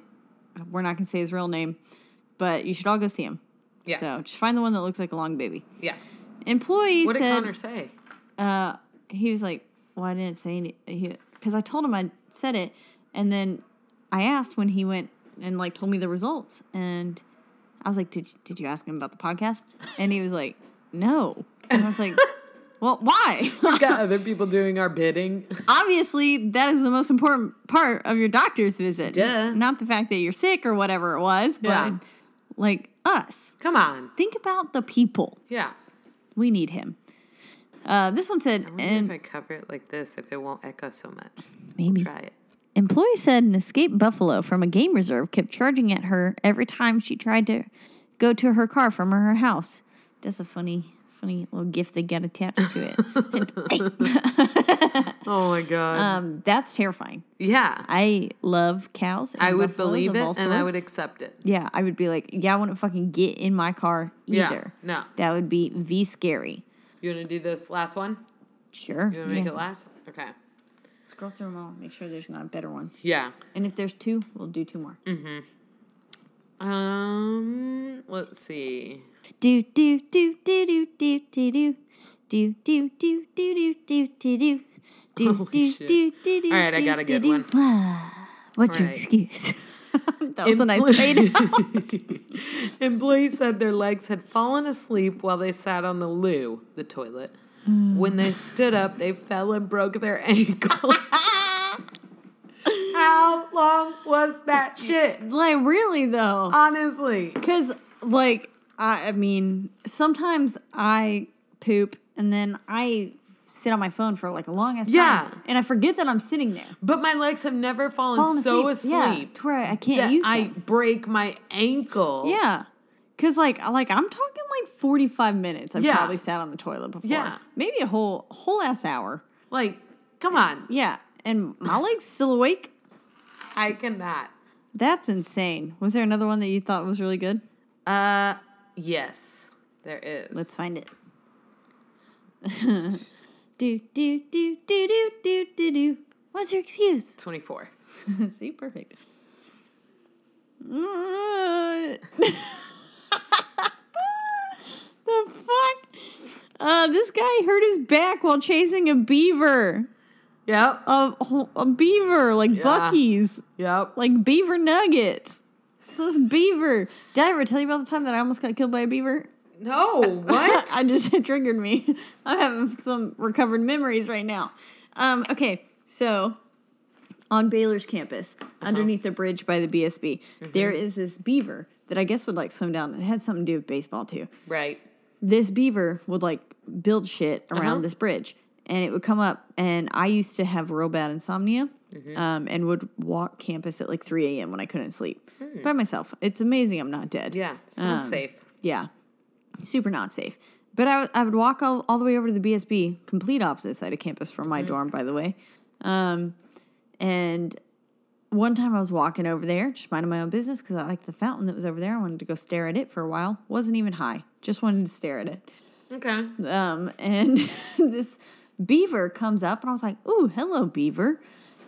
B: we're not gonna say his real name, but you should all go see him.
A: Yeah.
B: So just find the one that looks like a long baby.
A: Yeah.
B: Employee
A: What did
B: said,
A: Connor say?
B: he was like, "Well, I didn't say any," because I told him I said it, and then I asked when he went and like told me the results, and I was like, "Did did you ask him about the podcast?" And he was like, "No," and I was like, "Well, why?"
A: Got other people doing our bidding.
B: Obviously, that is the most important part of your doctor's visit.
A: Duh.
B: Not the fact that you're sick or whatever it was, but
A: Yeah.
B: like us.
A: Come on.
B: Think about the people.
A: Yeah.
B: We need him. Uh, this one said,
A: I wonder
B: and
A: if I cover it like this, if it won't echo so much.
B: maybe
A: Try it.
B: Employee said an escaped buffalo from a game reserve kept charging at her every time she tried to go to her car from her house. That's a funny, funny little gift they got attached to it.
A: Oh my god.
B: um, that's terrifying.
A: yeah.
B: I love cows. and
A: I would
B: buffaloes
A: believe
B: of all
A: it and I would
B: sorts.
A: accept it.
B: yeah, I would be like, yeah, I wouldn't fucking get in my car
A: Yeah,
B: either.
A: no.
B: that would be v scary.
A: You want to do this last one?
B: Sure.
A: You want to make it last? Okay.
B: Scroll through them all. Make sure there's not a better one.
A: Yeah.
B: And if there's two, we'll do two more.
A: Um. Let's see.
B: Do do do do do do do do do do do do do do do do do
A: Holy
B: do
A: shit.
B: do do do.
A: All right, I
B: do,
A: got a
B: do,
A: good
B: do.
A: one.
B: What's your
A: Right.
B: excuse? that was a nice fade.
A: Employees said their legs had fallen asleep while they sat on the loo, the toilet. When they stood up, they fell and broke their ankle. How long was that shit?
B: like really though,
A: Honestly.
B: because like I, I mean, sometimes I poop and then I sit on my phone for like a long ass
A: Yeah.
B: time, and I forget that I'm sitting there,
A: But my legs have never fallen,
B: falling
A: so
B: asleep. Yeah,
A: asleep
B: to where I can't
A: that
B: use
A: I
B: them.
A: break my ankle.
B: Yeah. Cause like like I'm talking like forty five minutes. I've
A: Yeah.
B: probably sat on the toilet before.
A: Yeah.
B: Maybe a whole whole ass hour.
A: Like, come on.
B: Yeah. And my leg's still awake.
A: I cannot.
B: That's insane. Was there another one that you thought was really good?
A: Uh, yes, there is.
B: Let's find it. do do do do do do do do. What's your excuse?
A: 24.
B: See, perfect. the fuck? Uh, this guy hurt his back while chasing a beaver.
A: Yep.
B: A, a beaver, like Bucky's,
A: Yep.
B: like beaver nuggets. This beaver. Did I ever tell you about the time that I almost got killed by a beaver?
A: No, what?
B: I just it triggered me. I'm having some recovered memories right now. Um, okay, so on Baylor's campus, underneath the bridge by the BSB, there is this beaver that I guess would like swim down. It had something to do with baseball too.
A: right.
B: This beaver would like build shit around this bridge, and it would come up. And I used to have real bad insomnia, um, and would walk campus at like 3 a.m. when I couldn't sleep by myself. It's amazing I'm not dead.
A: Yeah, it's
B: Um,
A: not safe.
B: Yeah. Super not safe. But I would- I would walk all, all the way over to the BSB, complete opposite side of campus from my dorm, by the way. Um, and one time I was walking over there, just minding my own business because I liked the fountain that was over there. I wanted to go stare at it for a while. Wasn't even high, just wanted to stare at it.
A: Okay.
B: Um, and this beaver comes up, and I was like, "Ooh, hello, beaver!"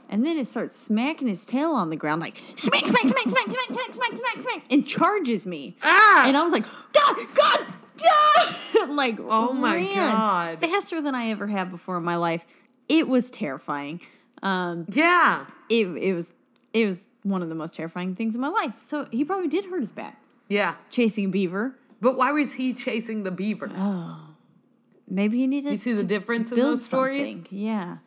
B: And then it starts smacking his tail on the ground, like smack, smack, smack, smack, smack, smack, smack, smack, smack, and charges me. Ah! And I was like, "God, God, God!" like, oh
A: my God.
B: faster than I ever have before in my life. It was terrifying. Um,
A: Yeah.
B: it it was it was one of the most terrifying things in my life. So he probably did hurt his back
A: Yeah.
B: chasing a beaver.
A: But why was he chasing the beaver?
B: Maybe he needed.
A: you see the
B: to
A: difference in
B: build
A: those stories?
B: something. Yeah.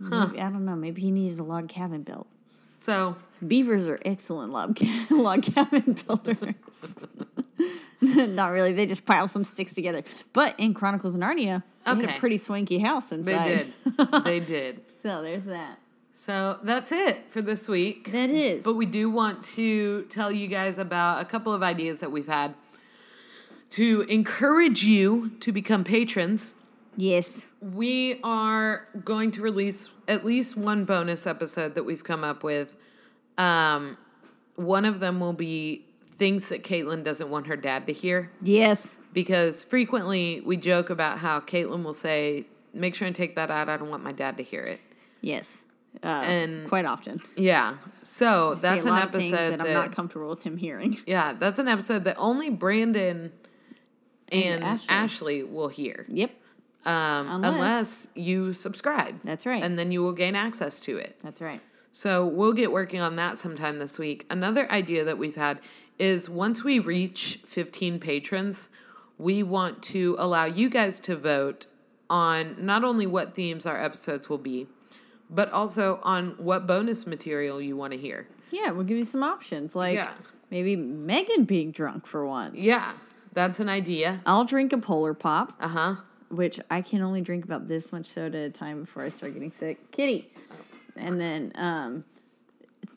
B: Maybe- I don't know. Maybe he needed a log cabin built.
A: So,
B: Beavers are excellent log, ca- log cabin builders. Not really. They just pile some sticks together. But in Chronicles of Narnia, they had
A: Okay.
B: a pretty swanky house
A: they
B: inside.
A: did. they did.
B: So there's that.
A: So, that's it for this week.
B: That is.
A: But we do want to tell you guys about a couple of ideas that we've had to encourage you to become patrons.
B: yes.
A: We are going to release at least one bonus episode that we've come up with. Um, one of them will be things that Caitlin doesn't want her dad to hear
B: Yes.
A: because frequently we joke about how Caitlin will say, Make sure and take that out. I don't want my dad to hear it.
B: Yes. Uh,
A: And-
B: quite often. Say
A: Yeah. So that's
B: a
A: an
B: lot of things
A: episode
B: that I'm not comfortable with him hearing.
A: Yeah, that's an episode that only Brandon and,
B: Ashley.
A: Ashley. will hear.
B: Yep.
A: Um, unless,
B: Unless-
A: you subscribe.
B: That's right.
A: And then you will gain access to it.
B: That's right.
A: So we'll get working on that sometime this week. Another idea that we've had is once we reach 15 patrons, we want to allow you guys to vote on not only what themes our episodes will be, but also on what bonus material you want to hear.
B: Yeah, we'll give you some options. Like
A: Yeah.
B: maybe Megan being drunk for once.
A: Yeah, that's an idea.
B: I'll drink a polar pop,
A: Uh huh.
B: which I can only drink about this much soda at a time before I start getting sick. Kitty. And then um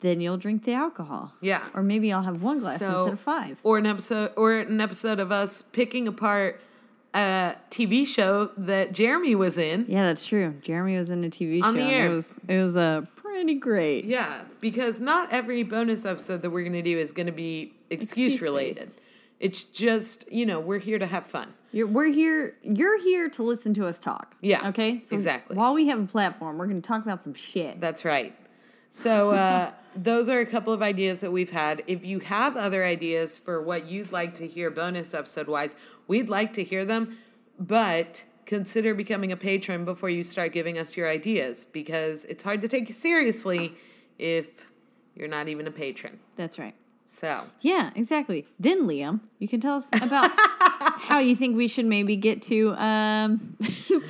B: then you'll drink the alcohol.
A: Yeah.
B: Or maybe I'll have one glass
A: So-
B: instead of five.
A: Or an episode or an episode of us picking apart a TV show that Jeremy was in.
B: Yeah, that's true. Jeremy was in a TV
A: On
B: show.
A: the
B: and
A: air.
B: It was it was uh, pretty great.
A: Yeah, because not every bonus episode that we're going to do is going to be excuse,
B: Excuse-based.
A: related. It's just, you know, we're here to have fun.
B: You're, we're here. You're here to listen to us talk.
A: Yeah,
B: Okay.
A: exactly.
B: While we have a platform, we're going to talk about some shit.
A: That's right. So, uh, those are a couple of ideas that we've had. If you have other ideas for what you'd like to hear bonus episode wise, we'd like to hear them, but consider becoming a patron before you start giving us your ideas because it's hard to take you seriously if you're not even a patron.
B: That's right.
A: So,
B: Yeah, exactly. Then Liam, you can tell us about how you think we should maybe get to. Um,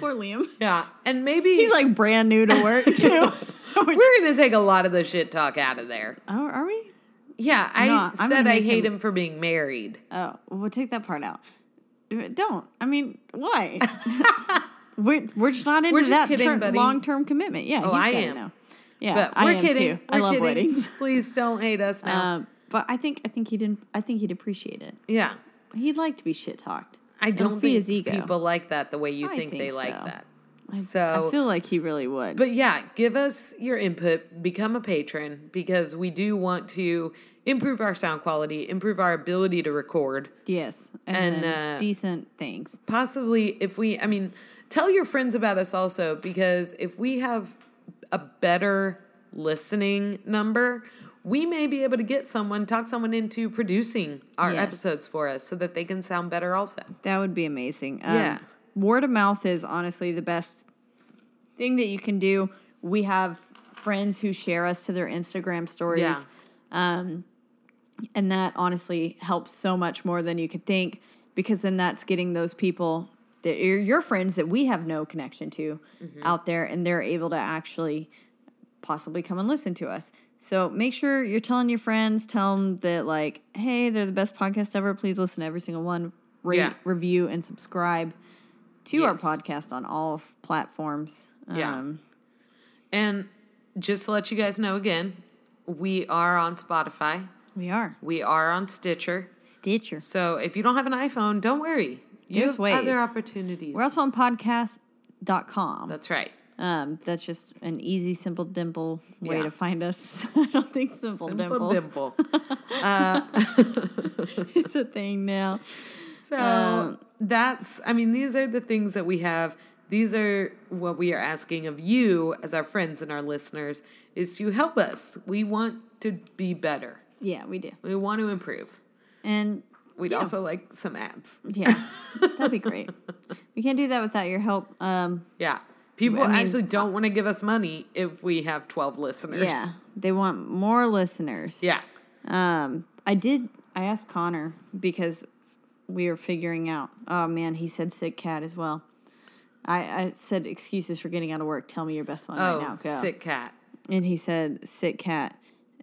B: poor Liam.
A: yeah, and maybe
B: He's like brand new to work too.
A: We're gonna take a lot of the shit talk out of there.
B: oh, are we?
A: Yeah, I
B: No, I'm gonna
A: said I
B: make
A: hate
B: him-
A: him. for being married.
B: Oh, we'll take that part out. Don't. I mean, why? we're we're just not into
A: We're just
B: that
A: kidding, buddy.
B: long term commitment. Yeah.
A: Oh,
B: he's
A: I
B: gotta
A: am.
B: know. Yeah,
A: But
B: I
A: we're
B: am
A: kidding.
B: Too. I
A: We're
B: love
A: kidding.
B: weddings.
A: Please don't hate us now.
B: Um, but I think I think he didn't. I think he'd appreciate it.
A: yeah,
B: He'd like to be shit talked.
A: I don't think
B: feed his ego.
A: people like that the way you
B: I
A: think,
B: think
A: they like
B: so.
A: that.
B: I
A: so,
B: feel like he really would.
A: but yeah, give us your input. Become a patron because we do want to improve our sound quality, improve our ability to record.
B: yes,
A: and,
B: and, then
A: uh,
B: decent things.
A: possibly if we i mean tell your friends about us also because if we have a better listening number we may be able to get someone talk someone into producing our
B: Yes.
A: episodes for us so that they can sound better also
B: That would be amazing. Um,
A: Yeah.
B: Word of mouth is honestly the best thing that you can do. We have friends who share us to their Instagram stories.
A: Yeah.
B: Um, and that honestly helps so much more than you could think because then that's getting those people that are your friends that we have no connection to
A: Mm-hmm.
B: out there and they're able to actually possibly come and listen to us. So make sure you're telling your friends, tell them that like, hey, they're the best podcast ever. Please listen to every single one. Rate,
A: Yeah.
B: review, and subscribe to our
A: Yes.
B: podcast on all f- platforms.
A: Yeah.
B: um,
A: and just to let you guys know again we are on spotify
B: we are
A: we are on stitcher
B: Stitcher.
A: so if you don't have an iphone don't worry you
B: There's
A: have
B: ways.
A: other opportunities
B: We're also on podcast.com.
A: that's right
B: Um, that's just an easy, simple dimple way
A: Yeah.
B: to find us. I don't think simple, dimple,
A: Simple dimple.
B: is a thing now.
A: So
B: Um,
A: that's, I mean, these are the things that we have. These are what we are asking of you as our friends and our listeners is to help us. We want to be better.
B: Yeah, we do.
A: We want to improve.
B: And
A: We'd
B: Yeah.
A: also like some ads.
B: yeah, that'd be great. We can't do that without your help. Um,
A: Yeah. People
B: I mean- uh,
A: actually don't want to give us money if we have 12 listeners.
B: yeah, they want more listeners.
A: Yeah.
B: Um, I did. I asked Connor because we were figuring out. Oh man, he said sick cat as well. I, I said excuses for getting out of work. Tell me your best one
A: Oh,
B: right now. Go.
A: sick cat.
B: And he said sick cat,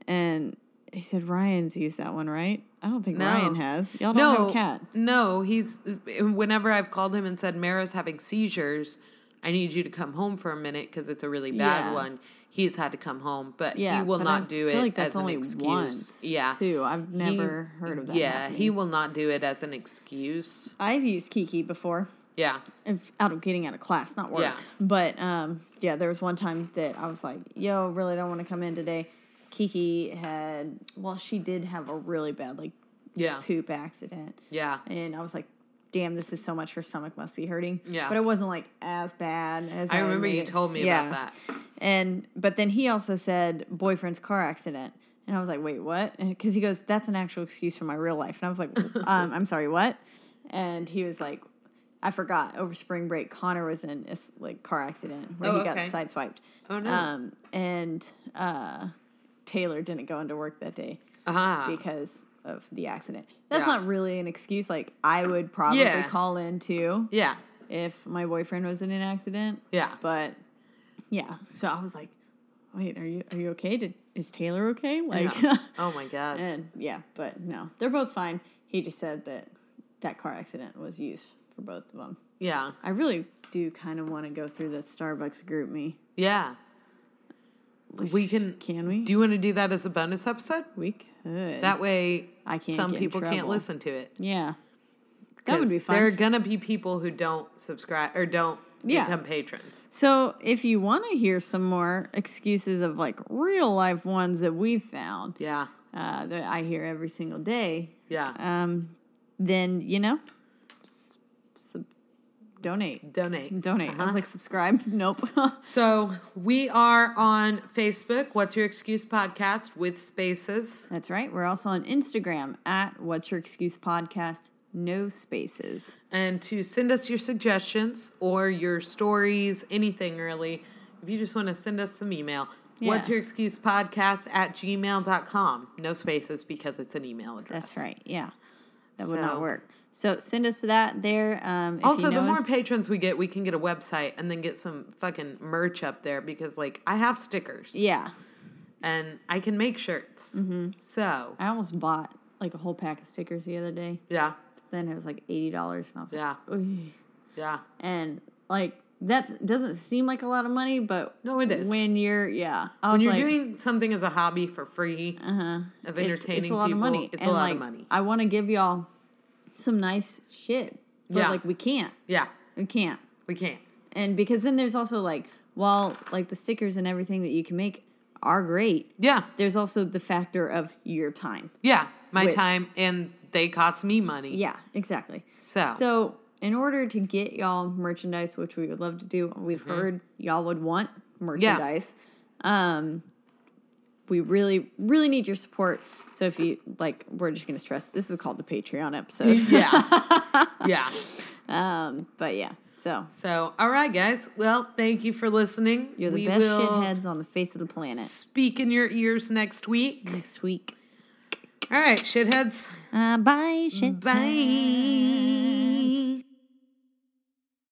B: and he said Ryan's used that one right. I don't think
A: No.
B: Ryan has. Y'all don't
A: No,
B: have a cat.
A: no, he's. Whenever I've called him and said Mara's having seizures, I need you to come home for a minute because it's a really bad
B: Yeah.
A: one. He's had to come home, but
B: Yeah,
A: he will
B: but
A: not
B: I
A: do
B: feel
A: it
B: like that's
A: as an
B: only
A: excuse.
B: once,
A: yeah,
B: too. I've
A: He-
B: never heard of that
A: Yeah, he
B: happening.
A: will not do it as an excuse.
B: I've used Kiki before.
A: Yeah,
B: if- out of getting out of class, not work.
A: Yeah.
B: But um, yeah, there was one time that I was like, "Yo, really don't want to come in today." Kiki had well, she did have a really bad like
A: yeah,
B: poop accident,
A: yeah,
B: and I was like, "Damn, this is so much. Her stomach must be hurting."
A: Yeah.
B: but it wasn't like as bad as
A: I remember
B: made
A: you
B: it-
A: told me
B: Yeah.
A: about that.
B: And but then he also said boyfriend's car accident. And I was like, wait, what? Because he goes, that's an actual excuse for my real life. And I was like, um, I'm sorry, what? And he was like, I forgot over spring break, Connor was in a s- like car accident where
A: Oh,
B: he
A: okay.
B: got sideswiped.
A: Oh, no.
B: Um, and uh, Taylor didn't go into work that day
A: Ah.
B: because of the accident. That's
A: Yeah.
B: not really an excuse. Like I would probably
A: Yeah.
B: call in too
A: Yeah.
B: if my boyfriend was in an accident.
A: Yeah.
B: But yeah, so I was like, wait, are you are you okay? Did is Taylor okay? Like,
A: Yeah. Oh my god.
B: and yeah, but no, they're both fine. He just said that that car accident was used for both of them.
A: Yeah.
B: I really do kind of want to go through the Starbucks group me.
A: Yeah. We can.
B: Can we?
A: Do you want to do that as a bonus episode?
B: we could.
A: That way,
B: I can't
A: some
B: get in
A: people can't
B: trouble.
A: listen to it.
B: yeah. That would
A: 'Cause
B: be fun.
A: There are gonna be people who don't subscribe or don't
B: Yeah.
A: become patrons.
B: So, if you want to hear some more excuses of like real life ones that we found
A: Yeah.
B: uh, that I hear every single day,
A: Yeah.
B: um, then you know, s- sub- donate,
A: Donate.
B: donate. I was like, subscribe. Nope.
A: So we are on Facebook. What's your excuse podcast with spaces?
B: That's right. We're also on Instagram at What's Your Excuse Podcast. No spaces.
A: And to send us your suggestions or your stories, anything really, if you just want to send us some email, what's
B: Yeah.
A: your excuse podcast at gmail.com. No spaces because it's an email address.
B: That's right. Yeah, that would not
A: So-
B: work. So send us that there. Um, if you
A: Also, the
B: know
A: more
B: us-
A: patrons we get, we can get a website and then get some fucking merch up there because, like, I have stickers
B: yeah,
A: and I can make shirts.
B: Mm-hmm.
A: So,
B: I almost bought like a whole pack of stickers the other day.
A: yeah,
B: Then it was like eighty dollars, and I was like,
A: yeah,
B: "Oy."
A: yeah.
B: and like that doesn't seem like a lot of money, but
A: No, it is.
B: when you're yeah, I
A: When
B: was
A: you're
B: like, Uh-huh.
A: doing something as a hobby for free, of entertaining
B: it's, it's a
A: people,
B: lot of money.
A: it's
B: and
A: a lot
B: like,
A: of money.
B: I want to give y'all some nice shit, but
A: Yeah.
B: like we can't,
A: yeah,
B: we can't,
A: we can't.
B: and because then there's also like while like the stickers and everything that you can make are great.
A: Yeah,
B: There's also the factor of your time.
A: yeah. My
B: Which-
A: time and they cost me money.
B: Yeah, exactly.
A: So.
B: so in order to get y'all merchandise, which we would love to do, we've
A: Mm-hmm.
B: heard y'all would want merchandise. Um, we really, really need your support. So if you like, we're just gonna stress this is called the Patreon episode.
A: yeah, yeah.
B: um, but yeah, so
A: So, all right, guys. Well, thank you for listening.
B: you're the
A: we
B: best
A: will
B: shitheads on the face of the planet.
A: Speak in your ears next week.
B: Next week,
A: All right, shitheads.
B: uh, bye, shit.
A: Bye.